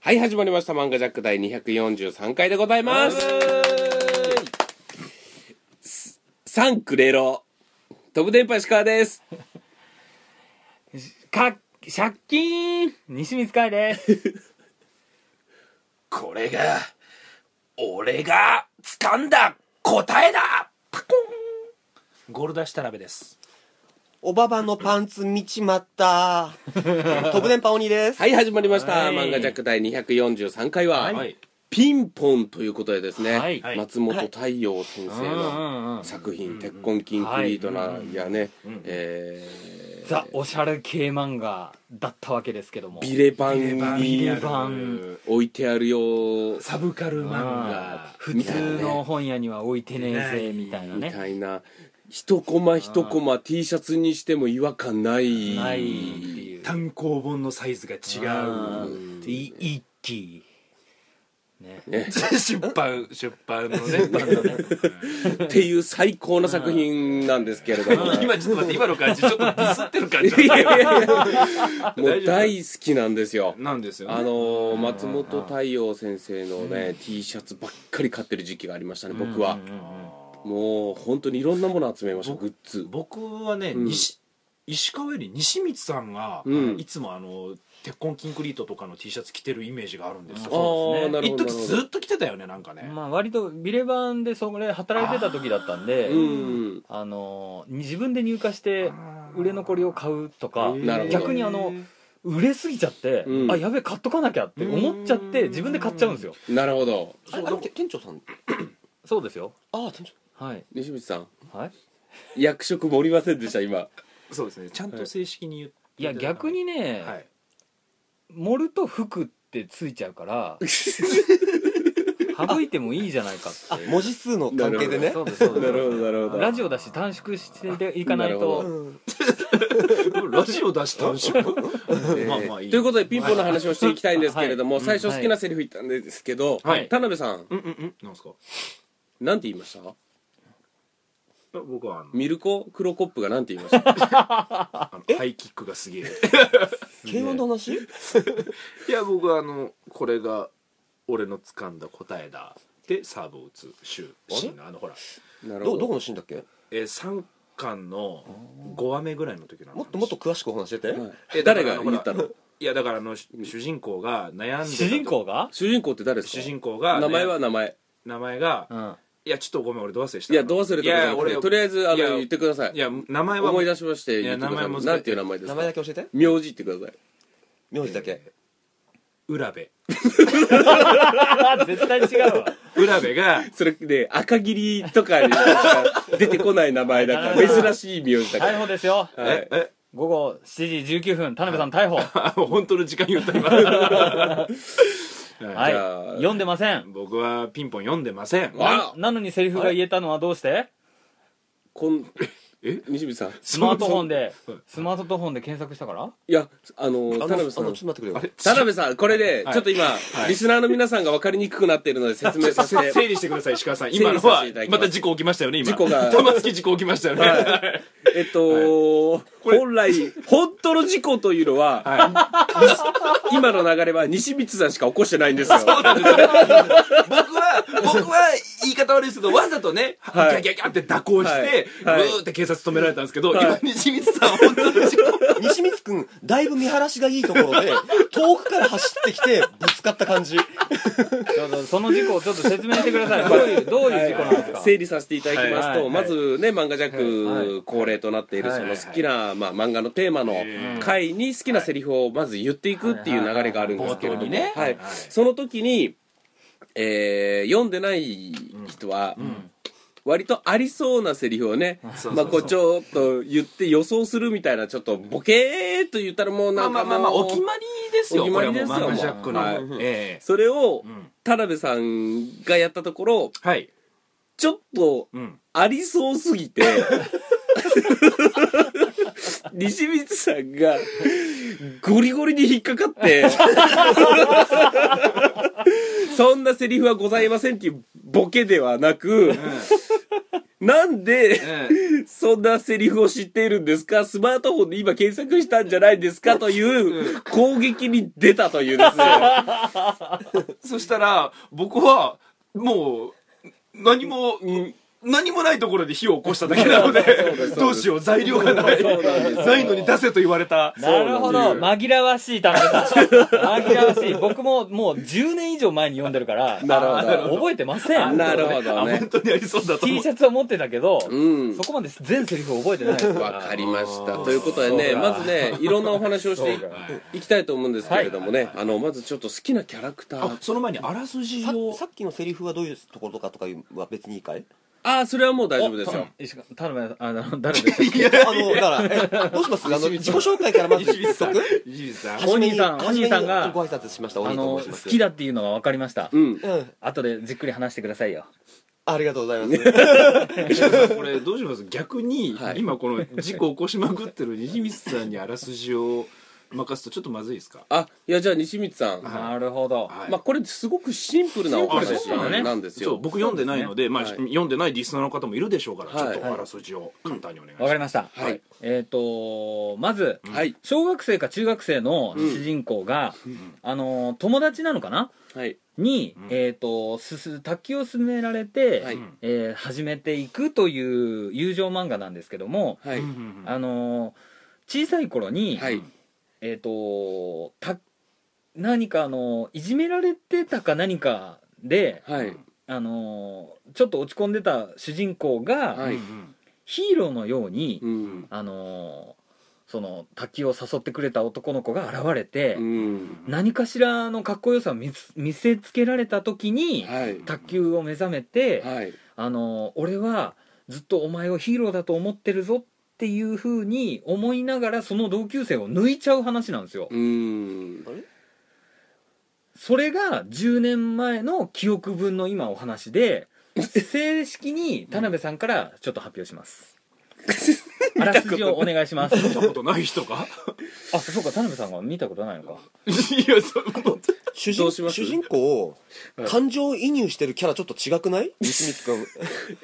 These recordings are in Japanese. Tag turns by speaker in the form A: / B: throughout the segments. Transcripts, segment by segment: A: はい、始まりました。漫画ジャック第243回でございます。すサンクレロ。飛ぶ電波石川です。
B: か借金西光海です。
A: これが、俺が掴んだ答えだパコ
C: ゴールダッシュ田辺です
D: おばばのパンツ見ちまった。飛ぶ電波鬼です。
A: はい、始まりました。
B: はい
A: 漫画ジャック第243回は、
C: はい
A: ピンポンということでですね、
B: はい
C: はい
A: 松本太陽先生の作品、鉄痕キンクリートなやね、えー
B: ザ・おしゃれ系漫画だったわけですけども。
A: ビレバン
B: ビ
A: に
B: レバン
A: 置いてあるよ
C: サブカル漫画
B: 普通の本屋には置いてねえぜ、みたいな
A: み
B: ね。
A: たいな一コマ一コマ T シャツにしても違和感ない
B: ないっていう。
C: 単行本のサイズが違う
B: うんい一気。ね。
C: 出版出版のね
A: っていう最高の作品なんですけれども
C: 今ちょっと待って今の感じちょっとディスってる感じ
A: いやいやいやもう大好きなんですよ
C: なんですよ
A: あのー松本太陽先生のね T シャツばっかり買ってる時期がありましたね僕はもう本当にいろんなもの集めましたグッズ
C: 僕はね、
A: ん
C: 西石川より西光さんが、
A: うん
C: いつもあの鉄痕キンクリートとかの T シャツ着てるイメージがあるんです
A: ああ
C: よ
B: そうですね
A: ーなる
C: 一
A: ほどなる
C: 時
A: ほ
C: ず
A: ど
C: っと着てたよねなんかね、
B: まあ割とビレバンでそれ働いてた時だったんで、
A: うん
B: あの自分で入荷して売れ残りを買うとか
A: なるほど
B: 逆にあの売れすぎちゃって、
A: うん
B: あやべえ買っとかなきゃって思っちゃって自分で買っちゃうんですよ
A: なるほど
D: そうあれ店長さん。
B: そうですよ
D: ああ、店長。
B: はい
A: 西口さん
B: はい
A: 役職盛りませんでした今
C: そうですねちゃんと正式に言って
B: いや逆にね、
C: はい
B: 盛ると服ってついちゃうから 省いてもいいじゃないかって
D: あ、文字数の関係でね。
B: そうですそう
A: なるほ
B: で
A: どなるほど
B: すラジオだし短縮していかない
A: なるほ
B: と
D: うん
C: ラジオ出したんでし ょまあまあいい
A: ということでピンポンの話をしていきたいんですけれども、最初好きなセリフ言ったんですけど、
C: はい
A: 田辺さん
C: うんうんうんなんですか
A: なんて言いました
C: 僕はあの
A: ミルコクロコップがなんて言いました
C: あのハイキックがすげえ
D: 軽音の話？
C: いや僕はあのこれが俺の掴んだ答えだでサーブを打つシューシーンのあのほら、
A: なる
D: ど
A: ほ
D: どこ
A: ど
D: のシーンだっけ？
C: えー、3巻の5話目ぐらいの時なの
D: もっともっと詳しくお話してて。
A: え誰が言ったの
C: いやだからあのし主人公が悩んでた
B: 主人公が、
A: 主人公って誰ですか
C: 主人公が
A: 名前は名前
C: 名前が、
B: うん、
C: いやちょっとごめん俺どう忘れした
A: いやどうする
C: い
A: とかじゃ
C: や
A: なく
C: 俺
A: てとりあえずあの
C: いや
A: 言ってください
C: いや名前は
A: 思い出しまして
C: い
A: 言
C: や
A: ってくださ
C: 名前も
A: い
C: 難しい
A: なんていう名前で
D: 名
A: す
D: 前
A: か
D: だけ教えて。
A: 名字言ってください
D: 名字だけ。
C: 浦部
B: あ絶対違うわ
C: 浦部 が
A: それで赤切りとかにしか出てこない名前だか
B: なるほど
A: ら珍しい名字だか
B: 逮捕ですよ
A: ら、はい、
C: え
B: 午後7時19分田辺さん逮捕は
C: あ本当の時間言った 今はい
B: い
A: じゃあ
B: 読んでません
C: 僕はピンポン読んでません
A: わあ
B: なのにセリフが言えたのはどうして
A: こん
C: え
A: 西口さんい
B: スマートフォンで
C: そうそう
B: スマートフォンで検索したから
A: やあの
D: あの
A: 田辺さ
D: あの
A: ん
D: ちょっと待ってくれよ。
C: あれ
A: 田辺さんこれで
C: はい
A: ちょっと今、
C: い
A: リスナーの皆さんが分かりにくくなっているので説明させ
C: 整
A: て
C: 理してください石川さん
A: 整理
C: 今の
A: さ
C: は
A: せていただきま
C: ますた事故起きましたよね今
A: 事故が
C: 玉突き事故起きましたよね、
A: えっと、本来本当の事故というのは、今の流れは西光さんしか起こしてないんですよ
C: 僕は僕は言い方悪いですけどわざとね、
A: はい
C: ギャギャギャって蛇行して、
A: はいはい
C: ブーって警察止められたんですけど、
A: はい
C: 今西光さんは本当に事故
D: 西光くん、だいぶ見晴らしがいいところで、遠くから走ってきて、ぶつかった感じ。
B: ちょっとその事故をちょっと説明してく ださいどういうどういう事故なんですか、
A: 整理させていただきますと、
B: はい
A: まずね漫画ジャッ
B: はい
A: ク恒例となっている
B: はい
A: その好きな、まあ、漫画のテーマの回に好きなセリフをまず言っていくっていう流れがあるんですけれども、
B: はいはいはい
A: は
C: はいい冒頭にねはい
A: その時に、えー読んでない人は、割とありそうなセリフをね、
C: そうそうそう
A: まあ、こうちょっと言って予想するみたいなちょっとボケーっと言ったらもう
C: ま
A: な
C: あ
A: ん
C: ま
A: か
C: あまあまあお決まりですよ
A: お決まりですよ
C: これはもうマンガジャックの、
A: はい
C: ええ
A: それを
C: うん
A: 田辺さんがやったところ
C: はい、
A: ちょっと
C: うん、
A: ありそうすぎて西光さんがゴリゴリに引っかかってそんなセリフはございませんっていうボケではなく、なんで、
C: え
A: そんなセリフを知っているんですかスマートフォンで今検索したんじゃないですかという攻撃に出たというですね。
C: えそしたら僕はもう何も
A: うん
C: 何もないところで火を起こしただけな ので
A: です
C: どうしよう材料がな い
A: そうなんですよ
C: ないのに出せと言われた
B: なるほど
C: そう
B: 紛らわしい単語 だ紛らわしい僕ももう10年以上前に読んでるから
A: なるほど
B: あー覚えてません
A: なるほ
C: あ
A: ど
C: 本
A: ね。
C: 当にありそうだと思
B: T
C: う
B: シャツは持ってたけど、
A: うん
B: そ。こまで全セリフ覚えてないです
A: わかりました。
C: あー
A: ということでね、
B: そう
A: ま
B: だ
A: ずね、いろんなお話をしてい
B: そうだ
A: いきたいと思うんですけれどもね、あの、まずちょっと好きなキャラクタ
C: あ
A: ー。
C: その前にあらすじ
D: さ
C: を
D: さっきのセリフはどういうところかとかは別にいいかい
A: ああ、それはもう大丈夫ですよ。
B: 石川頼むあの誰でし
D: いやあのだからえどうしますあの自己紹介からまず
C: 石井
D: 一
C: さん
D: 足
C: 石井さん
B: お兄さん
D: 初
B: お
D: めに
B: 兄さんが
D: ご挨拶しました
B: た
D: お
B: あ
D: 兄
B: の
D: と申し
B: 好
D: ます
B: きだっていうのが分かりました、
A: うん。
D: うん
B: 後でじっくり話してくださいよ
D: ありがとうございます
C: これどうします逆に、
A: はい
C: 今この事故起こしまくってる西光さんにあらすじを任すとちょっとまずいですか
A: あ、いや、じゃあ西光さん。
C: はい
B: なるほど
C: はい
A: まあ、これすごくシンプルなお
C: あ
A: 話
C: そうなの
B: ね
A: なんです
C: そう
A: よ。
C: 僕読んでないのでまあ、
A: はい
C: 読んでないリスナーの方もいるでしょうから、
A: はい
C: ちょっとあらすじを簡単にお願いし
B: わ
C: ま
B: か
C: す、
B: りました、
A: はい
B: えっ、とまず
A: はい。
B: 小学生か中学生の主人公が、あの友達なのかな
A: はい。
B: に、
C: うん
B: えっ、とすす卓球を勧められて、
A: はい
C: うん
B: えー始めていくという友情漫画なんですけども、
A: はい。
C: うんうんうん
B: あの小さい頃に、
A: はい。
B: えっ、とた何かあのいじめられてたか何かで、
A: はい。
B: あのちょっと落ち込んでた主人公が、
A: はい
C: うん
B: ヒーローのように、
A: うん。
B: あのその卓球を誘ってくれた男の子が現れて、
A: うん。
B: 何かしらのかっこよさを見つ見せつけられた時に、
A: はい。
B: 卓球を目覚めて、
A: はい。
B: あの俺はずっとお前をヒーローだと思ってるぞっていうふうに思いながらその同級生を抜いちゃう話なんですよ、
A: うん。
B: それが10年前の記憶分の今お話で正式に田辺さんからちょっと発表します、あらすじをお願いします
C: 見たことない 人が
B: あそうか田辺さんが見たことないのか
C: いやそういうこと
A: ど
D: 主人
A: うします
D: 主人公を
A: はい
D: 感情移入してるキャラちょっと違 くない西光君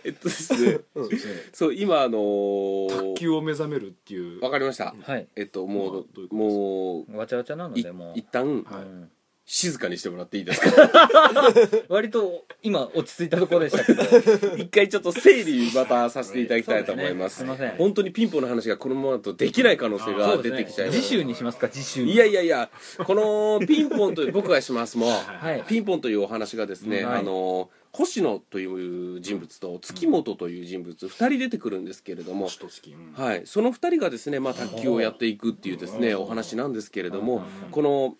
A: えっとですね。
D: うん
A: そう、今、あのー
C: 卓球を目覚めるっていう
A: わかりました。
B: はい
A: えっと、も
C: まあ
A: う
C: どういう、ことです
A: も
B: わちゃわちゃなの
A: う、い
B: でもう
A: 一旦、
C: はい
B: うん
A: 静かにしてもらっていいですか
B: 割と今落ち着いたところでしたけど
A: 一回ちょっと整理またさせていただきたいと思います。
B: そうですねすいません
A: 本当にピンポンの話がこのままだとできない可能性
C: あ
A: が
B: そうで
A: 出
B: す
A: て
B: ね
A: きちゃいます。
B: 次週にしますか次週に
A: いやいやいや、このピン ポンという、僕がしますもん、
B: はい
A: ピンポンというお話がですね、
B: はい
A: あの、星野という人物と月本という人物、二人出てくるんですけれども、
C: 一月うん
A: はい、その二人がですね、まあ、卓球をやっていくっていうですね、お話なんですけれども、この、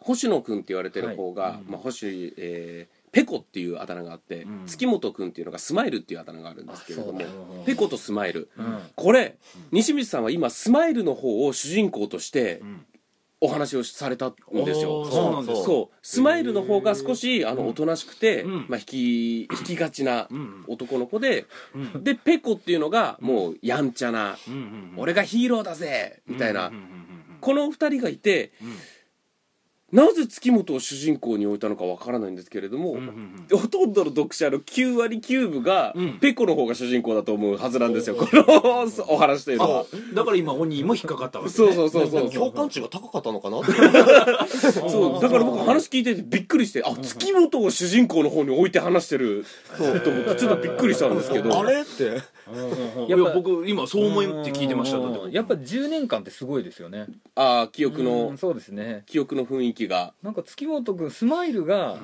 A: 星野くんって言われてる方が、まあ、星、えーペコっていうあだ名があって、
C: ん
A: 月本くんっていうのがスマイルっていうあだ名があるんですけれども
B: あそうなの、
A: ペコとスマイル。
B: うん
A: これ、西光さんは今、スマイルの方を主人公として
C: ん、
A: お話をされたんですよ。
C: おーそうなんですか
A: そうスマイルの方が少しあのおとなしくて、
C: うん
A: まあ、引き引きがちな
C: うん
A: 男の子で、
C: うん
A: でペコっていうのがもうやんちゃな、
C: うんうんうん
A: 俺がヒーローだぜみたいな、
C: うんうんうんうん
A: この二人がいて、なぜ月本を主人公に置いたのかわからないんですけれども、
C: うんうんうん
A: ほとんどの読者の9割9分が、
C: うん
A: ペコの方が主人公だと思うはずなんですよ、このお話というのは。
C: そうだから今鬼も引っかかったわけね
A: そうそうそうそう
D: 共感値が高かった のかな
A: そうだから僕話聞いててびっくりしてあ月本を主人公の方に置いて話してる
D: そう
A: と思ってちょっとびっくりしたんですけど
D: あれって
C: いや僕今そう思いって聞いてましただって
B: うんやっぱ10年間ってすごいですよね
A: ああ記憶
B: う
A: の
B: んそうですね
A: 記憶の雰囲気が
B: なんか月本君スマイルが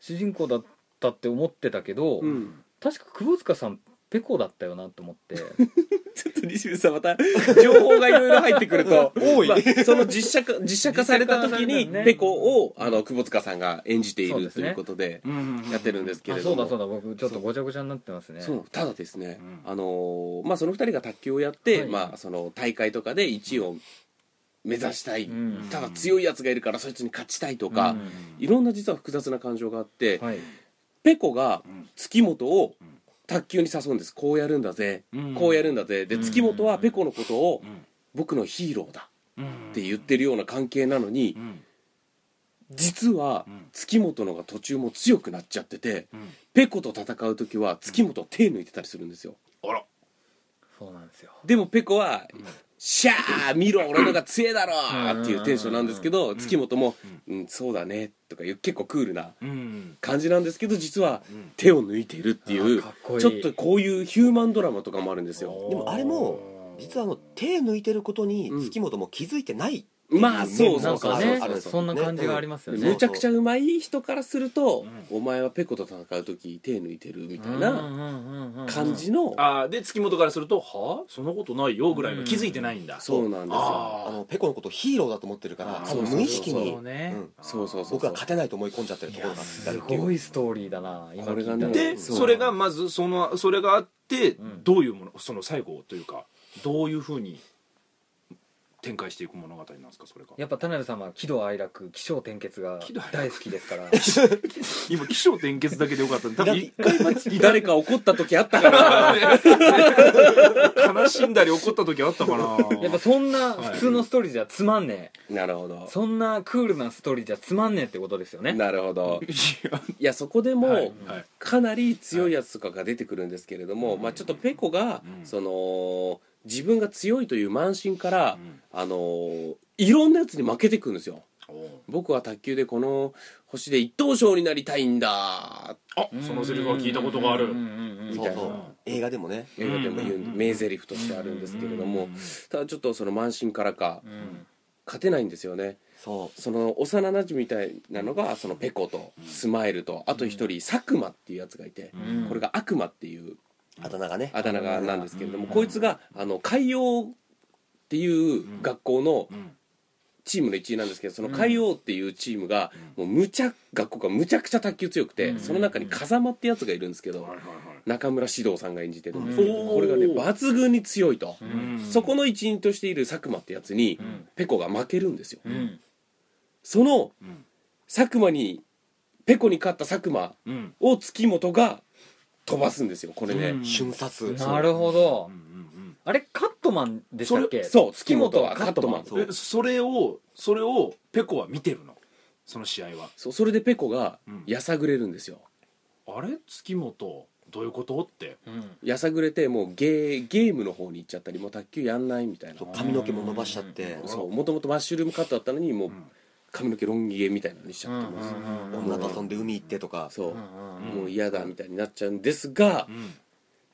B: 主人公だったって思ってたけど、
A: うん
B: 確か窪塚さんペコだったよなと思っ て
A: ちょっと西口さんまた情報がいろいろ入ってくる と
D: 多い
A: まあその実写化実写化された時
B: 実写化され
A: に
B: たね
A: ペコをあの窪塚さんが演じてい
B: そう
A: る
B: で
A: と
B: すね
A: いうことで
C: うんうんうん
A: やってるんですけ
B: あ
A: れ
B: そ
A: ど
B: うだそう
A: も
B: だ僕ちょっとごちゃごちゃになってますね
A: そうただですね
C: うん
A: あのーまあその二人が卓球をやって
B: はい
A: まあその大会とかで1位を目指したい
B: うん
A: ただ強いやつがいるからそいつに勝ちたいと
B: う
A: か
B: ん
A: いろんな実は複雑な感情があって
B: はい
A: ペコが
C: ん
A: 月本を卓球に誘うんですこうやるんだぜ
C: うん
A: こうやるんだぜで
B: うん
A: 月本はペコのことを
C: ん
A: 僕のヒーローだ
C: うん
A: って言ってるような関係なのに
C: うん
A: 実は
C: ん
A: 月本のが途中も強くなっちゃってて
C: うん
A: ペコと戦う時は月本を手抜いてたりするんですよ
C: あら
B: そうなんですよ
A: でもペコは「シャー見ろ俺のが強えだろ!」っていうテンションなんですけど月本も「うんそうだね」とかいう結構クールな
C: うん
A: 感じなんですけど実は
C: うん
A: 手を抜いているっていう
B: あーかっこいい
A: ちょっとこういうヒューマンドラマとかもあるんですよ
D: でもあれも実はあの手抜いてることに
A: うん
D: 月本も気づいてないっていう
A: まあそう
B: な
A: そ
B: ん
A: うそ
B: か
A: う
B: ね
A: そうそう
B: そんな感じがありますよね
A: むちゃくちゃうまい人からすると、
C: う
A: お前はペコと戦う時手抜いてるみたいな感じの、
C: あーで月本からすると「はあそんなことないよ」ぐらいの気づいてないんだ
A: そうなんですよ
C: あ
D: あのペコのことをヒーローだと思ってるから
C: あ
A: そ
D: 多分
A: うそうそう
D: 無意識に
A: そう
B: ね
D: ん
A: そうそうそう
D: 僕
A: そ
D: は
A: う
D: 勝てないと思い込んじゃってると
B: い
D: ころ
B: や
D: があ
B: す
D: るっていう
B: ごいストーリーだな今
A: これが
B: 聞い
A: ね
B: たら
C: で
A: そ
C: そうれがまずそのそれがあって
B: ん
C: どういうものその最後というかどういうふうに展開していく物語なんですかそれが
B: やっぱ田辺さんは喜怒哀楽起承転結が
C: 喜怒哀楽
B: 大好きですから
C: 今起承転結だけでよかったんで多分一回待ち
A: 誰か怒った時あった から
C: 悲しんだり怒った時あったかな
B: やっぱそんな普通のストーリーじゃつまんね
A: なるほ
B: え
A: ど
B: そんなクールなストーリーじゃつまんねえってことですよね
A: なるほど
C: いや
A: いやそこでも、
C: はいはい
A: かなり強いやつとかが出てくるんですけれども、
C: うん
A: まあ、ちょっとペコが、
C: うん
A: その自分が強いという慢心から、
C: うん
A: あのーいろんなやつに負けていくんですよ
C: おう
A: 僕は卓球でこの星で一等賞になりたいんだ
C: あそのセリフは聞いたことがある
B: うんうんうんうん
A: み
D: そ
A: た
D: う
A: いな
D: そう映画でもね
A: 映画でも言う
C: うんうんうん
A: 名台詞としてあるんですけれどもただちょっとその慢心からか
B: うん
A: 勝てないんですよね
D: そ
A: その幼馴染みたいなのがそのペコとスマイルとあと一人佐久間っていうやつがいて
B: うん
A: これが悪魔っていう
D: うあだ名がね
A: あだ名がなんですけれども
C: うん
A: こいつがあの海洋っていう学校の
C: うん
A: チームの一員なんですけどその海洋っていうチームがもうむちゃ学校がむちゃくちゃ卓球強く
B: う
A: て
B: ん
A: その中に風間ってやつがいるんですけど
C: はいはい
A: 中村獅童さんが演じてるんですけ
C: うん
A: どこれがね抜群に強いと。
B: うん
C: はい
A: そこの一員としている佐久間ってやつに、
B: ん
A: ペコが負けるんですよ、
B: うん
A: その
C: うん
A: 佐久間にペコに勝った佐久間
C: うん
A: を月本が飛ばすんですよこれね、
C: うん
D: 瞬殺
B: なるほど
C: うんうん
B: あれカットマンでしたっけ
A: そう月本はカットマン
D: そ
A: そう
C: うんえそれをそれをペコは見てるのその試合は
A: うそれでペコが
C: うん
A: やさぐれるんですよ
C: あれ月本どういうことって
B: うん
A: やさぐれてもうゲーゲームの方に行っちゃったりもう卓球やんないみたいな
D: そう髪の毛も伸ばしちゃって
C: ん
A: そうもともとマッシュルームカットだったのにもう
C: うん
A: 髪の毛ロン毛みたいなのにしちゃってます、
B: うんうんうん
D: 女と遊んで海行ってとか
A: そう、
B: うんうん
A: もう嫌だみたいになっちゃうんですが、
C: うん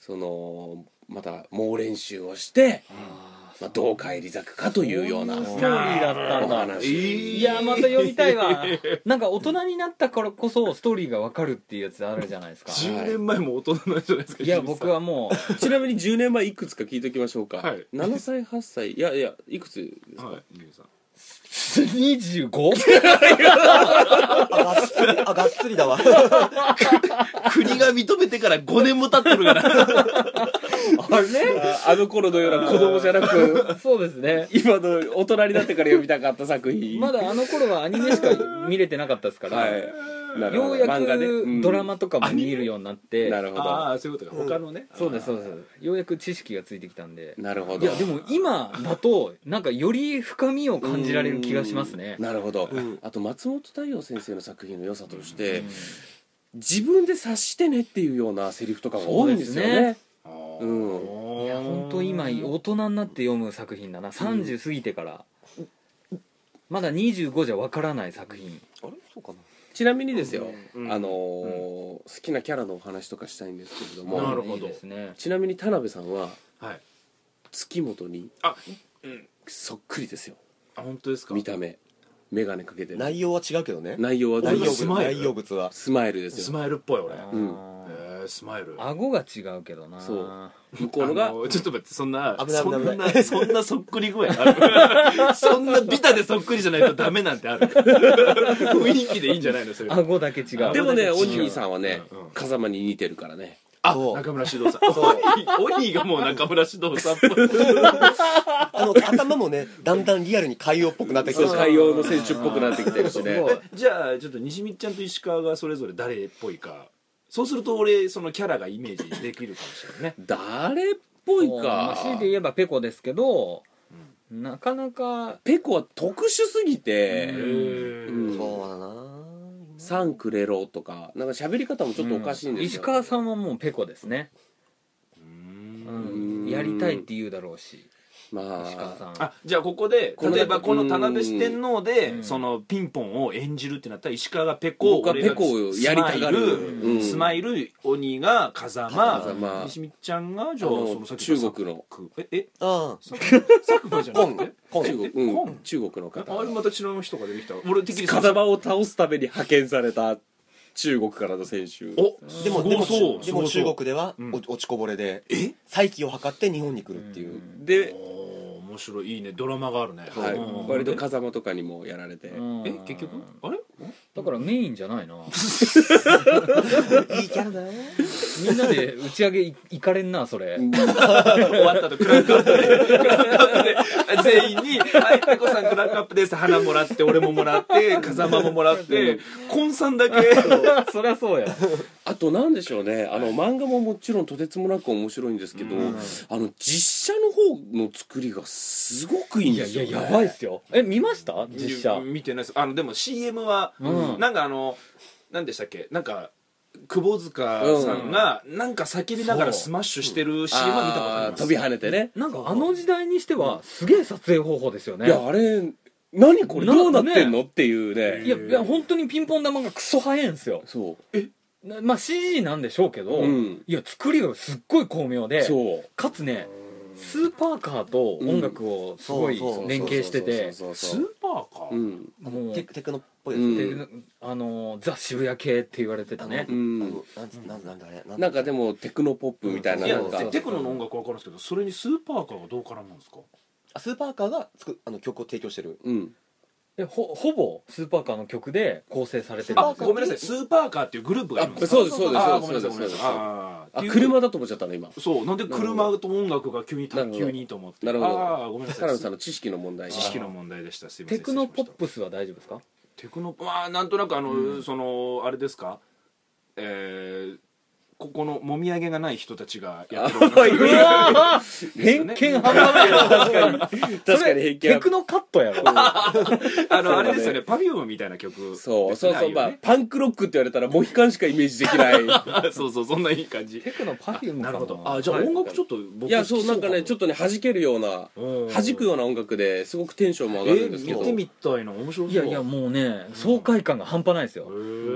A: そのまた猛練習をして、
B: あ
A: まあ、どう返り咲くかというような
B: そういうストーリーだったんだ
A: お話
B: ーいやまた読みたい わなんか大人になったからこそストーリーがわかるっていうやつあるじゃない ですか
C: 10年前も大人なんじゃないですか
B: いや
C: 清水さ
B: 僕
C: ん
B: はもう
A: ちなみに10年前いくつか聞いておきましょうか、
C: はい
A: 7歳8歳いやいやいくつ
C: はい清水さん
B: 25?
D: あがっつりあがっつりだわあ
C: 国が認めてから5年も経ってる から
A: あれ あの頃のような子供じゃなく
B: そうですね
A: 今の大人になってから読みたかった作品
B: まだあの頃はアニメしか見れてなかったですから、
A: はいなるほど
B: ようや
A: 漫画でう
B: く
A: ん
B: ドラマとかも見えるようになって、
A: なるほど
C: ああそういうことか他のね
B: そうですそうですようやく知識がついてきたんで
A: なるほど
B: いやでも今だとなんかより深みを感じられる気がしますね
A: うんなるほど、
D: うん
A: あと松本太陽先生の作品の良さとして、自分で察してねっていうようなセリフとかが多いんですよ
B: そうで
A: ね
C: あ
A: う
C: ー
B: いや本当今大人になって読む作品だな30過ぎてから、まだ25じゃわからない作品
D: れそうかな
A: ちなみにですよ、
C: うん
A: あのー好きなキャラのお話とかしたいんですけれども
C: なる
B: い
C: ほど
B: いですね
A: ちなみに田辺さんは
C: はい
A: 月本に
C: あうん
A: そっくりですよ
C: あ本当ですか
A: 見た目眼鏡かけてる
D: 内容は違うけどね
A: 内容は
D: 内
A: 全部
D: 容物
C: スマイル
D: 内容物は
A: スマイルです
C: ス
A: よ
C: マイルっぽい俺
B: あ
A: うん
B: ー
C: えースマイル
B: 顎が違うけどな
A: そう向こうのが
C: あのちょっと待ってそんな
D: 危ない危
C: そ
D: ない
C: ん
D: 危な
C: な そんなそっくり具合あるそんなビタでそっくりじゃないとダメなんてある 雰囲気でいいんじゃないのそれ
B: 顎だけ違う
A: でもね
C: うん
A: お兄さんはね
C: うんうん
A: 風間に似てるからね
C: あ
D: そう
C: 中村獅童さんオニーがもう中村獅童さんっぽい
D: あの頭もねだんだんリアルに海洋っぽくなってきて
A: そ
D: る
A: う
D: し
A: 海洋の選手っぽくなってきてるし
B: す
A: ね
B: ごい
C: じゃあちょっと西光ちゃんと石川がそれぞれ誰っぽいかそうすると俺そのキャラがイメージできるかもしれないね
A: 誰っぽいか
B: そうまあ強いて言えばペコですけど、なかなか
A: ペコは特殊すぎてうん
D: そうだな
A: 「サンくれろ」とかなんか喋り方もちょっとおかしいんですよ
B: 石川さんはもうペコですね、
C: うん
B: うん
A: うん
B: やりたいって言うだろうし
A: ま
B: 石川さ
A: あ
B: ん
C: あじゃあここで
A: この
C: 例えばこの田辺四天王で、
B: うん
C: そのピンポンを演じるってなったら石川がペコ
A: 僕はペコをやりたがる
B: 俺
A: うん
C: スマイル,、鬼が風間
A: 風間
C: 西見ちゃんがじゃあ
A: あの
C: そのさっき
A: 中国の
C: のええ
D: あ
C: 佐久間じゃなくて
A: 中国,、う
C: コ
A: ん
C: ン、
A: 中国の方
C: あれまた違う人が出てきた俺的に
A: 風間を倒すために派遣された中国からの選手
C: お
D: でも
C: す
D: で
C: ご
D: も
C: そう
D: でも
C: すご
D: 中
C: そう
D: 国では
C: うん
D: お落ちこぼれで
C: え
D: 再起を図って日本に来るっていう、
A: で、
C: おー面白いいいねドラマがあるね、
A: はい
C: うん
A: 割と風間とかにもやられて、
B: うん
C: え結局あれ
B: だからメインじゃないな
D: いいキャラだよ
B: みんなで打ち上げい行かれんなそれ
C: 終わったとクランクアップでクランクアップで全員に「はいペコさんクランクアップです」花もらって俺ももらって風間ももらってコンさんだけ
B: そりゃそうや
A: あとなんでしょうねあの漫画ももちろんとてつもなく面白いんですけど、
C: うん
A: あの実写の方の作りがすごくいいん
B: い
A: で
B: や
A: す
B: い
A: よ、
B: や
A: ね、
B: やばいっすよえ見ました実写
C: 見てないですあのでも CM は、
B: うん
C: なんかあの何でしたっけなんか窪塚さんが、なんか叫びながらスマッシュしてる CM は見たことあり
A: あー
C: ます
A: 飛び跳ねてね、
B: なんかあの時代にしてはすげえ撮影方法ですよね
A: いやあれ何これ
B: な
A: どうなってんの、っていう
B: い
A: ね
B: やいや本当にピンポン玉がクソ早いんですよ
A: そ
B: なまあ CG なんでしょうけど、
A: うん
B: いや作りがすっごい巧妙
A: う
B: で
A: そう
B: かつねスーパーカーと音楽をすごい
D: うんそうそう
B: 連携してて
A: そうそう
C: ス
A: そう
C: ー
A: そう
C: パーか、
A: うん
B: もう
D: テクテクノっぽいです
A: う
D: ね、
A: ん
B: であのザ・渋谷系って言われてたね
A: う
D: あ
A: ん
D: のなんつなんなんだあれなんだ
A: なんかでもテクノポップみたいな
C: いうや
A: なんか
C: テテクノの音楽わかるんですけどそれにスーパーカーがどう絡むんですか
D: あスーパーカーがつくあの曲を提供してる
A: うん
B: でほほぼスーパーカーの曲で構成されてるん
C: あ
B: ですよ
C: ごめんなさいスーパーカーっていうグループがあるんです
A: あそ
C: か
A: うですそうです
C: あ
A: そ
C: ー
A: う
C: ご
A: で
C: めん
A: すそうです
C: なさいごめんなさいあ
A: あ
C: ーっていう
A: 車だと思っちゃったの今
C: そうなんで車と音楽が急に
A: なるほど
C: 急にと思って
A: なるほど
C: ああごめんな
A: 田
C: さい
A: 辺さんの知識の問題
C: 知識の問題でしたすいません
B: テクノポッ
C: 失礼し
B: プスは大丈夫ですか
C: ましたテクノまあなんとなくあの、
B: うん
C: そのあれですかえーここのもみあげがない人たちがやって る音楽
B: うわー
C: ですよ
B: 偏
C: ね
B: 見半端ない確かに
A: 確かに偏見
B: テクノカットやろ
C: あ
A: そう
C: の
A: だね
C: あれですよねパフュームみたいな曲
A: そうそうそうまあ
C: ま
A: パンクロックって言われたらモヒカンしかイメージできない い
C: あそうそうそんないい感じ
B: テクノパフューム
C: なるほどあじゃあ音楽ちょっと僕
A: やそうなんかねちょ
C: っ
A: っとね弾けるような
C: と
A: 弾くような音楽ですごくテンションも
C: え
A: 上がるんですけ
C: ー
A: ど、
C: 見てみたいな面白そう
B: い
C: い
B: やいやもうね爽快感が半端ないですよ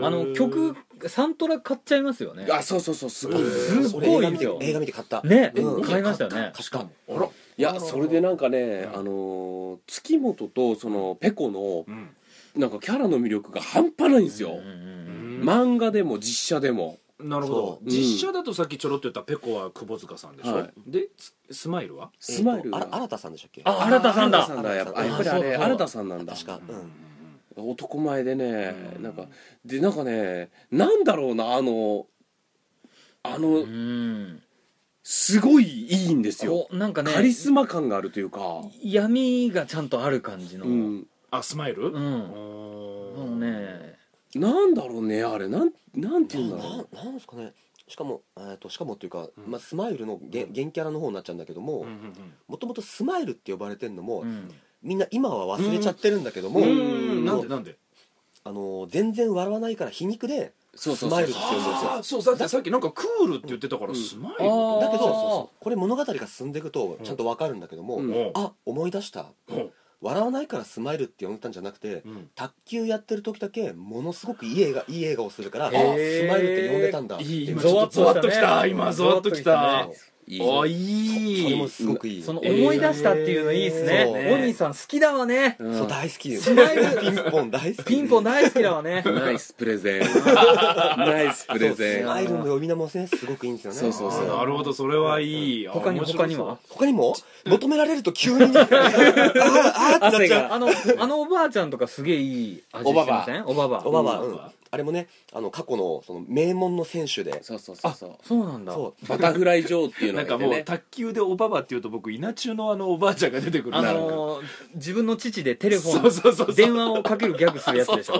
B: あの曲サントラ買っちゃいますよね
A: あそうそうそうすごい、
B: すご
D: 俺映画
B: いです
D: 見て
B: よ
D: 映画見て買った
B: ね
D: うん
B: 買いましたよね
D: 買ったもん
C: あら
A: いやそれでなんかね、
C: うん
A: あのー月本とそのペコの
C: うん
A: なんかキャラの魅力が半端ないんですよ、
B: うんうん
A: 漫画でも実写でも
C: なるほど
D: そう
C: 実写だとさっきちょろっと言ったペコは窪塚さんでしょ、
A: はい
C: でススマイルは
A: スマイル
D: えー
A: が、
D: とあ新田さんでしたっけ
B: あ新田さんだ
A: 新田さんだやっぱあやっぱり
B: あ
A: あれ
B: そうだ
A: 新田さんなんだ
D: 確かうん
A: 男前でね
C: うん
A: なんかでなんかねなんだろうなあのあの、
B: うん
A: すごいいいんですよ
B: こうなんかね
A: カリスマ感があるというか、
B: 闇がちゃんとある感じの
A: う
B: うん
A: ん、
C: あスマイル、
B: も
C: おー
B: うね
A: なんだろうねあれなんなんて言うんだろう
D: ななんですかねしかもえーとしかもっていうか、
C: うん
D: まあ、スマイルの原原キャラの方になっちゃうんだけども
C: うんうん
D: もともとスマイルって呼ばれてんのも、
B: うん
D: みんな今は忘れちゃってるんだけど
C: う
D: も、
C: ん
A: う
C: うんなん
D: も
C: で
D: う
C: なんで
D: あの全然笑わないから皮肉で
A: そうそう
D: ス
A: そ
D: マイ
A: う
D: ルですよ
C: あーそうだってさっきなんかクールって言ってたから
A: うん
C: スマ
B: あ
C: イル、
B: ー
D: だけ
B: そう
D: どこれ物語が進んでいくとちゃんと分かるんだけども、
A: うん
C: おう
D: あ思い出した
C: おう
D: 笑わないからスマイルって呼んでたんじゃなくて
C: うん
D: 卓球やってる時だけものすごくいい映画いい映画をするから、
B: へー
D: あスマイルって呼んでたんだって
C: いい
D: いう
C: 今
D: そ
C: ち
D: う
B: ゾ
C: ょ
B: ワ
C: っ
B: ッ
C: と
B: とした
C: ゾ
B: ね
C: ワッときた今ゾワッときた
B: ゾワッとき
A: いい
C: おーいい
D: それもすごくいい
B: その思い出したっていうのいいですね
D: えーそうね
B: ボニーさん好きだわね
A: うん
D: そう大好きです
B: スマイル
D: ピンポン大好き
B: ピンポン大好きだわね
A: ナイスプレゼンナイスプレゼ
D: そう
A: ン
D: スマイルの呼び名もねすごくいいんですよね
A: そうそう
C: あ
A: そう
C: ーなるほどそれはいい、あー
B: 他に
C: 面白
B: 他
C: そう
B: には
D: 他にも求められると急にあ ーあーってなっ
A: 汗
D: ちゃう
A: が
B: あのあのおばあちゃんとかすげえいい味してませんおばば
D: おばば、
C: うん
D: うん、あれもねあの過去のその名門の選手で
A: そうそうそうそう
B: そうなんだ
D: そう
A: バタフライ女王っていうの
C: なん
A: が
C: か
A: いて
C: もう
A: ね
C: 卓球でおばばっていうと僕稲中のあのおばあちゃんが出てくる
B: あ
C: な
B: のー自分の父でテレフ
C: そうそうそうそ
B: ォン
C: う
B: 電話をかけるギャグするやつでしょ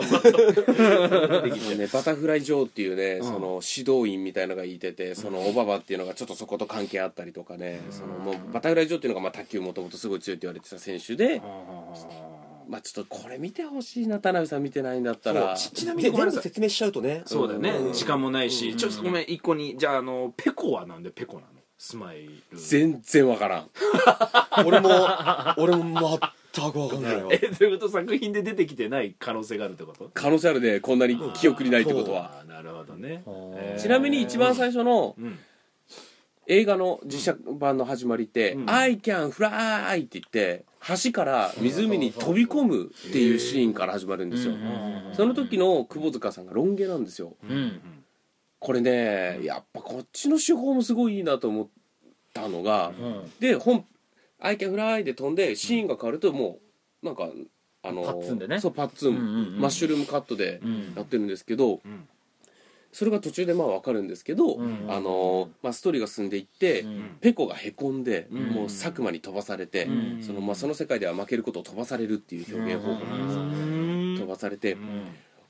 A: もうねバタフライ女王っていうね
C: ん
A: その指導員みたいのがいててそのおばばっていうのがちょっとそこと関係あったりとかねそのもうバタフライ女王っていうのがまあ卓球もともとすごい強いって言われてた選手でまあちょっとこれ見てほしいな田辺さん見てないんだったら
C: ち
D: ち
C: ちなみにごめん
D: 全
C: な
D: 部
C: さい
D: 説明しちゃうとね
C: そうだよね、
D: うん
C: 時間もないし、
B: うん
C: ちょっとごめん一個にじゃああのペコはなんでペコなのスマイル
A: 全然わからん
D: 俺 も俺も全く分かんないわ
C: えということ作品で出てきてない可能性があるってこと
A: 可能性あるでこんなに記憶にないってことは
C: あーなるほどね
B: あー
C: えー
A: ちなみに一番最初の
C: うん
A: 映画の実写版の始まりって
C: う
A: 「
C: ん
A: I can fly」って言って橋から湖に飛び込むっていうシーンから始まるんですよ
B: うん
A: その時の窪塚さんがロン毛なんですよ
B: うん
A: これねやっぱこっちの手法もすごいいいなと思ったのが
B: うん
A: で本「I can fly」で飛んでシーンが変わるともうなんかあの
B: パッツンでね
A: そうパッツン
B: うんうんうん
A: マッシュルームカットで
B: うん
A: やってるんですけど
C: うん
A: それが途中でまあわかるんですけど
B: うん
A: あのまあストーリーが進んでいって
B: うん
A: ペコがへこんで、
C: うん
A: もう佐久間に飛ばされて、
B: うん
A: そのまあ、その世界では負けることを飛ばされるっていう表現方法なんですよ、
C: うん
A: 飛ばされて、
C: うん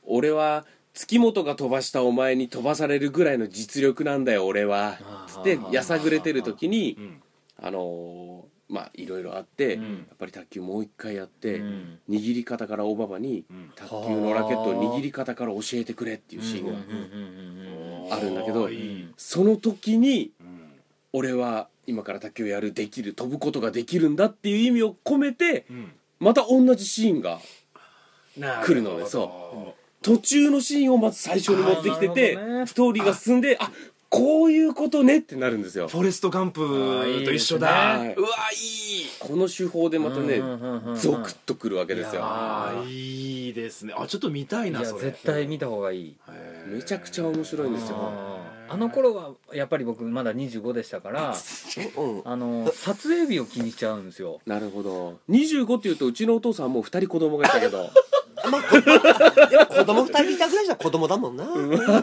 A: 俺は月本が飛ばしたお前に飛ばされるぐらいの実力なんだよ俺は
B: あ
A: つ
B: ー
A: ってやさぐれてる時に
C: うん
A: あのーまあいろいろあって、
B: うん
A: やっぱり卓球もう一回やって、
B: うん
A: 握り方から大ババに
C: うん
A: 卓球のラケットを握り方から教えてくれっていうシーンが、
B: うん
A: あるんだけど
C: おーいい
A: その時に
C: うん
A: 俺は今から卓球をやるできる飛ぶことができるんだっていう意味を込めてまた同じシーンが
C: な
A: 来るのねそう途中のシーンをまず最初に持ってきてて
B: あーなるほどね
A: ストーリーが進んであこういうことねってなるんですよ
C: フォレストガンプと一緒だ
A: あーいいですね
C: うわいい
A: この手法でまたねゾクッとくるわけですよ
C: あ
B: あ
C: ーいいですねあちょっと見たい
B: い
C: な
B: や
C: それ
B: 絶対見た方がいい
C: へー
A: めちゃくちゃ面白いんですよ
B: あーあの頃はやっぱり僕まだ25でしたから
A: うん
B: あの撮影日を気にしちゃうんですよ
A: なるほど25っていうとうちのお父さんはもう2人子供がいたけど
D: まあ子供い や子供二人いたぐらいじゃ子供だもんな、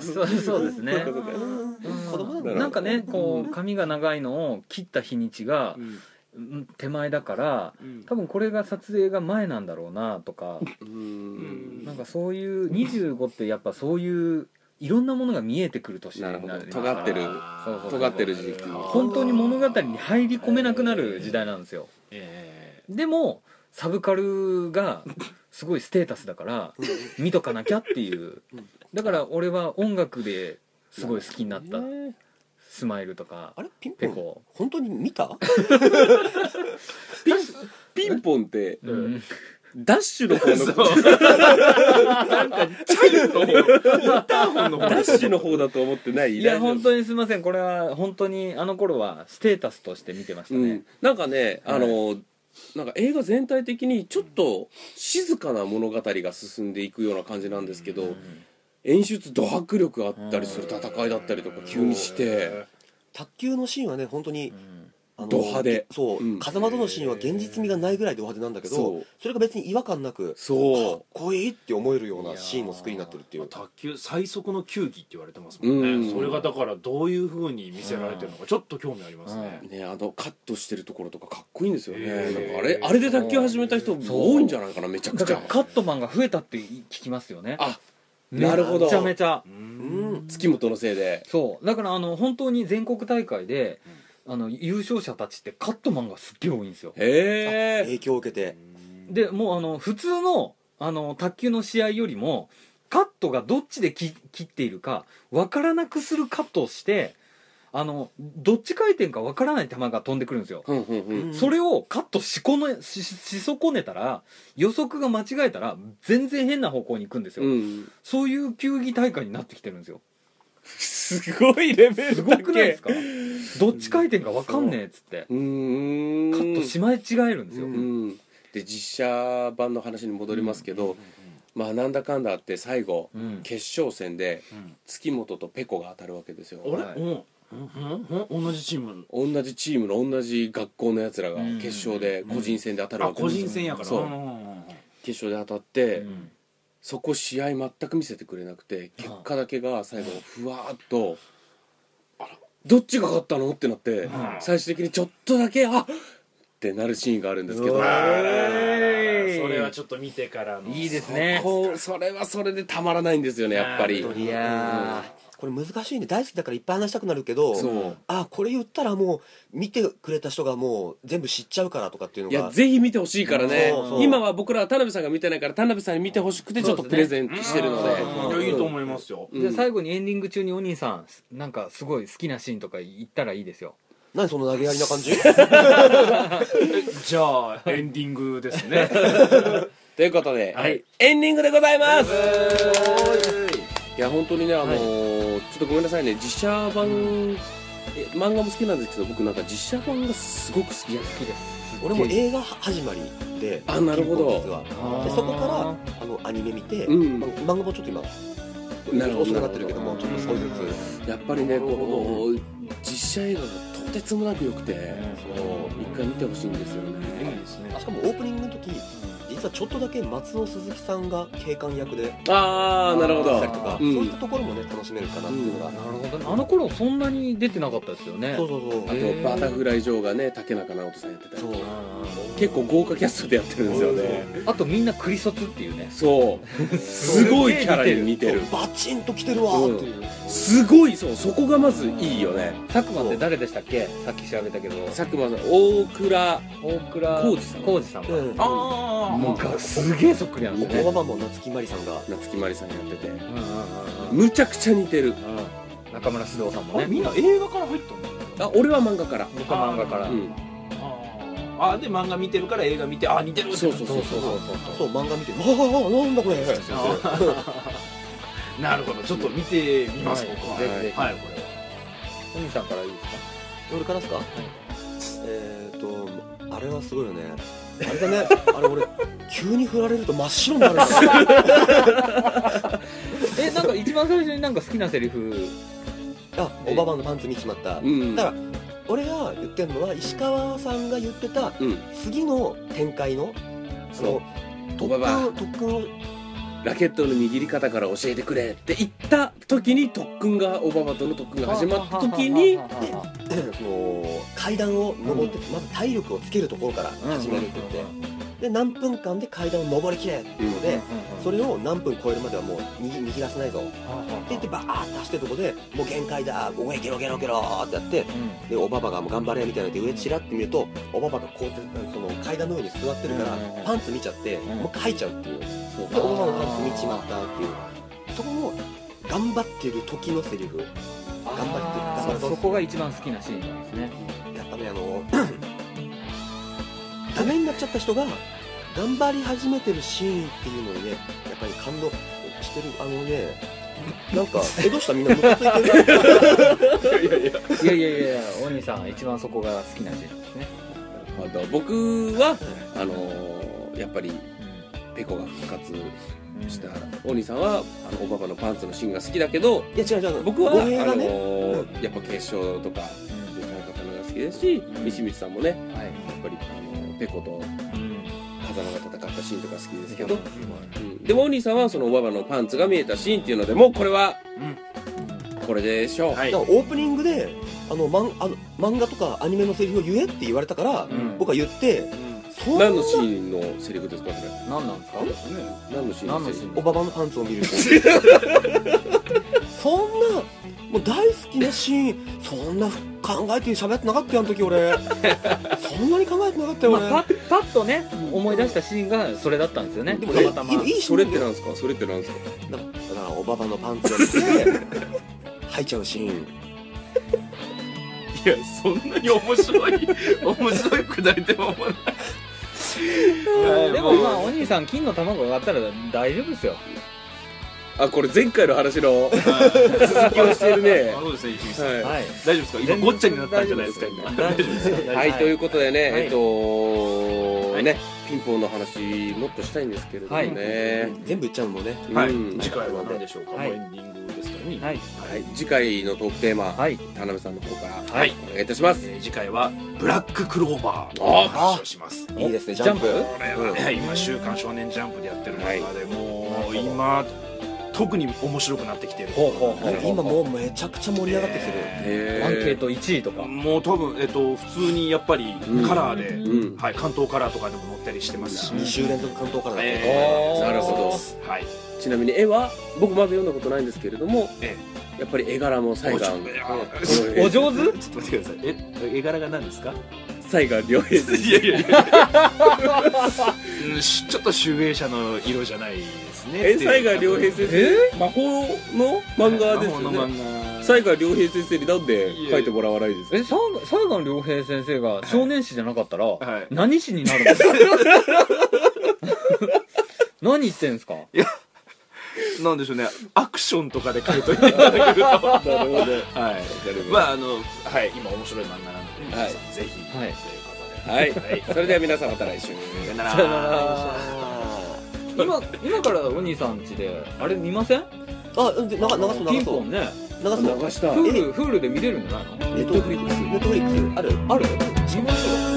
B: そうそうですね
D: うん子供な
A: なるほど
D: んだ
B: なんかねこう髪が長いのを切った日にちが
C: うん
B: うん手前だから
C: うん
B: 多分これが撮影が前なん だろうなとか
A: うーん
B: なんかそういう25ってやっぱそういういろんなものが見えてくる年になる
A: なるほど尖ってる
B: そうそう
A: 尖ってる時期
B: 本当に物語に入り込めなくなる時代なんですよ
C: え
B: でもサブカルがすごいステータスだから見とかなきゃっていうだから俺は音楽ですごい好きになった
A: ね
B: スマイルとか
D: あれピンポ
B: ペ
D: ン
B: コ
D: 本当に見た
A: ピンポンって
B: うん
A: ダッシュの方 の
C: ーそうなんかチャイの方イターホンの方
A: ダッシュの方だと思ってない
B: いや
A: 大丈夫
B: 本当にすいませんこれは本当にあの頃はステータスとして見てました
A: う
B: ね
A: ん、なんかね、
B: はい
A: あのなんか映画全体的にちょっと静かな物語が進んでいくような感じなんですけど、演出ド迫力あったりする戦いだったりとか急にして、
D: 卓球のシーンはね本当に
B: うん
D: あの
A: ド派手
D: そう、
A: うん
D: 風間とのシーンは現実味がないぐらいド派手なんだけど
A: そう
D: それが別に違和感なくかっ
A: そ
D: こいいって思えるようなシーンの作りになってるっていう
C: 卓球最速の球技って言われてますもんね、
A: うん
C: それがだからどういうふうに見せられてるのかちょっと興味ありますね
A: う、ねあのカットしてるところとかかっこいいんですよね、
C: へ
A: なん
C: ー
A: かあれあれで卓球始めた人多いんじゃないかなめちゃく
B: だ
A: ち
B: か
A: ゃ
B: らカットマンが増えたって聞きますよね
A: あなるほど
B: めちゃめちゃ
D: うん
A: 月本のせいで
B: そうだからあの本当に全国大会で、あの優勝者たちってカットマンがすっげえ多いんですよ
A: へえ
D: 影響を受けて
B: でもうあの普通のあの卓球の試合よりもカットがどっちでき切っているか分からなくするカットをしてあのどっち回転か分からない球が飛んでくるんですよ、
A: うんうんうん
B: それをカットしこねしし損ねたら予測が間違えたら全然変な方向に行くんですよ、
A: うん
B: そういう球技大会になってきてるんですよ
A: すごいレベルだけ
B: すごくないですかどっち回転か分かんねえっつって
A: うーん
B: カットしまい違えるんですよ、
A: うん、で実写版の話に戻りますけど、まあなんだかんだあって最後、
B: うん
A: 決勝戦で
C: うん
A: 月本とペコが当たるわけですよ
C: あれ、
B: はい
C: うんうんうん同じチーム
A: 同じチームの同じ学校のやつらが
B: うん
A: 決勝で個人戦で当たる
C: あ
A: わけ
C: 個
A: ですよ、
C: 人戦やから
A: そう
C: うんうんうん
A: 決勝で当たって、
B: うん
A: そこ試合全く見せてくれなくて結果だけが最後ふわーっとどっちが勝ったのってなって
C: ん
A: 最終的にちょっとだけあっってなるシーンがあるんですけど
B: うわー
C: え
B: えい
C: ーそれはちょっと見てからの
B: いいですね
A: こうそれはそれでたまらないんですよねやっぱり
C: なるほど
B: いや
D: これ難しいね大好きだからいっぱい話したくなるけど
A: そう
D: あこれ言ったらもう見てくれた人がもう全部知っちゃうからとかっていうの
A: い
D: が
A: やぜひ見てほしいからね
D: そうそう
A: 今は僕らは田辺さんが見てないから田辺さんに見ー見てほしくてちょっとプレゼントしてるので
B: そうですね
C: うんいやいいと思いますよ
A: うん
B: じゃあ最後にエンディング中にお兄さんなんかすごい好きなシーンとか言ったらいいですよ
D: 何その投げやりな感じ
C: じゃあエンディングですね
A: ということで、
B: はい
A: エンディングでございますいや本当にねあのーちょっとごめんなさいね実写版、え漫画も好きなんですけど僕なんか実写版がすごく好き
B: い
A: や
B: や好きです
D: 俺も映画始まりで
A: あなるほど
D: ピンポン実はでそこからあのアニメ見て、
A: うん
D: まあ漫画もちょっと今
A: なるほど
D: 遅くなってるけどもちょっと少しずつ
A: やっぱりね
D: な
A: こ
D: るほ
A: う実写映画がとてつもなく良くて、そう一回見てほしいんですよ
C: いい
A: ね、
C: ですね
D: あしかもオープニングの時実はちょっとだけ松尾鈴木さんが警官役で
A: ああなるほ
D: 出
A: ど
D: たりとか、
A: うん
D: そういったところもね楽しめるかなっていうのが、
B: なるほどねあの頃そんなに出てなかったですよね
D: そうそうそう
A: あとバタフライ女王がね竹中直人さんやってたり
D: そう
A: 結構豪華キャストでやってるんですよね
B: あとみんなクリソツっていうね
A: そうすごいキャラに似てる
D: バチンと来てるわーっていう、
A: すごいそうそこがまずいいよね
B: 佐久間って誰でしたっけさっき調べたけど
A: 佐久間さん大倉
B: 大倉
A: 浩二さん
B: 浩二さん
D: うん
C: ああ
B: もうがすげえそっくりなんです
D: こ
B: よ
D: の
B: ね
D: ままも夏木マリさんが
A: 夏木マリさんやってて
B: うんうんうん
A: むちゃくちゃ似てる
B: うんうん中村獅童さんも
C: あ
B: ね
C: みんな映画から入ったんだ
A: あ俺は漫画から
B: 僕は漫画から
A: うん
C: あーあーで漫画見てるから映画見てあー似てるって
A: そう
C: な
A: そ
C: る
A: うそうそう
D: そう漫画見て「わあなんだこれ」
C: あーなるほどちょっと見てみます
B: はい
C: 僕は
B: ぜひぜひ
C: はいこれは
B: 海さんからいいですか
D: 俺からですか、えー、とあれはすごいよねあれだねあれ俺急に振られると真っ白になるんだよ
B: えなんか一番最初になんか好きなセリフ
D: あおばばのパンツ見ちまった、
A: うん
D: だから俺が言ってるのは石川さんが言ってた
A: うん
D: 次の展開のそ
A: そう
D: の特
A: おばば
D: 訓特訓を
A: ラケットの握り方から教えてくれって言った時に特訓がオババとの特訓が始まった時に
B: ははははは
D: その階段を上って、まず体力をつけるところから始めるって言って、
B: うんうん
D: で何分間で階段を上りきれっていうので、それを何分超えるまではもう逃逃げ出せないぞって言ってバーッと走ってるとこでもう限界だおいゲロゲロゲローってやって
B: う
D: でおばばがもう頑張れみたいなので上ちらって見るとおばばがこうやってその階段の上に座ってるから
B: うんうんうん
D: パンツ見ちゃって
B: ん
D: もう書いちゃうっていうで
A: そう
D: おばばのパンツ見ちまったっていうそこも頑張ってる時のセリ
B: ん
D: フ頑張って頑張るぞ
B: あーそこが一番好きなシーンなんですね
D: やっぱねあの ダメになっちゃった人が頑張り始めてるシーンっていうのにねやっぱり感動してるあのねなんかえどうしたみんなムカついてる
B: いやいやいやいやお兄さん一番そこが好きなシーンなんですね
A: あと僕はあのーやっぱりペコが復活
B: うん
A: したお兄さんはあのおばばのパンツのシーンが好きだけど
D: いや違う違う
A: 僕は、
D: 語
A: あの
D: 弊がね、
A: ーやっぱ決勝とか
B: うん
A: いう方のが好きですし
B: ん
A: 三光さんもね
B: はい
A: やっぱりあのペコと
B: うん
A: 風間が戦ったシーンとか好きですけど、うんでもお兄さんはそのおばばのパンツが見えたシーンっていうのでもうこれはこれでしょう、
C: はい
D: だからオープニングであのマンあの漫画とかアニメのセリフを言えって言われたから、
B: ん
D: 僕は言ってそんな
A: 何のシーンのセリフですかそれ
B: 何なんですか
A: 何のシーン
B: 何
A: の
B: の
A: セ
B: シ
A: リ
B: ー
A: フ
B: ン
D: おばばのパンツを 見るそんなもう大好きなシーンそんな考えて喋ってなかったよあの時俺そんなに考えてなかったよ俺、
B: まあ、パッパッとね思い出したシーンがそれだったんですよね
D: でも
B: た
D: ね
B: またま
D: いいいいシ
A: それ
D: ー
A: っ
D: ン
A: て
D: だ
A: な
D: よ
A: んですかそれってなんですか
D: だからだからおばばのパンツを見て吐いちゃうシーン
C: いやそんなに面白い面白いくだりでも思わない
B: でもまあお兄さん金の卵があったら大丈夫ですよ
A: あこれ前回の話の続きをしてるね
C: あそうですね石井さん
A: は
B: はい
C: 大丈夫ですか今ごっちゃになったんじゃないですか今
B: 大丈夫ですよ
A: い、はい、という
B: こ
A: ことでね、
B: はい
A: えっと、
C: はい
A: ねピンポンの話もっとしたいんですけれどもね、
D: 全部言っちゃうのもね
C: はい
A: うん
C: 次回は何でしょうかもう
B: はい
C: エンディングですからね
B: はい
A: はい次回のトークテーマ、
B: はい
A: 田辺さんの方から、
C: はい
A: お願いいたします、
C: えー次回はブラッククローバー
A: あ
C: の話をします
D: いいですねジャンプ
B: ジャン
C: これはね今「週刊少年ジャンプ」でやってる中でもう
B: はい
C: 今特に面白くなってきてる
B: ほうほうほう
D: なんか今もうめちゃくちゃ盛り上がってきてる、
A: へー
B: アンケート1位とか、
C: もう多分、えっと、普通にやっぱり
A: うん
C: カラーで、
A: うん
C: はい、関東カラーとかでも載ったりしてますし、
D: 2週連続関東からだね、
C: えー
A: なるほど
C: はい、
A: ちなみに絵は僕まだ読んだことないんですけれども
C: え
A: やっぱり絵柄も
C: え
A: 西岸
C: お
B: お上手
C: ちょっと待ってくださいえ絵柄が何ですか
A: 西岸良平
C: いやいやいや うんしちょっと集英者の色じゃないですね
A: え西岸良平
C: 生
A: 先生、魔法の漫画ですよ
C: 魔法の
A: ね
C: 漫
A: 最後は良平先生になんで書いてもらわないですか
B: え、さ最後の良平先生が少年誌じゃなかったら、
C: い
B: 何誌になる んですか何言ってんすか
C: なんでしょうねアクションとかで書いといていただけると は
A: なるほど
C: いまああのはい今面白い漫画なので、
A: はい
C: 皆さんぜひ、
B: はい
C: ということで
A: はいそれでは皆さんまた来週
C: さよなら
B: さよなら今今からウニさん家であれ見ません
D: あうんで流す流す
B: ピ
D: 流
B: ン
D: そ
B: ポ
D: う
B: ンね
D: 流そう
A: 流した
B: フールフルで見てるんじゃないの
D: ネットフリックスネットフリックスある
B: ある見ましょう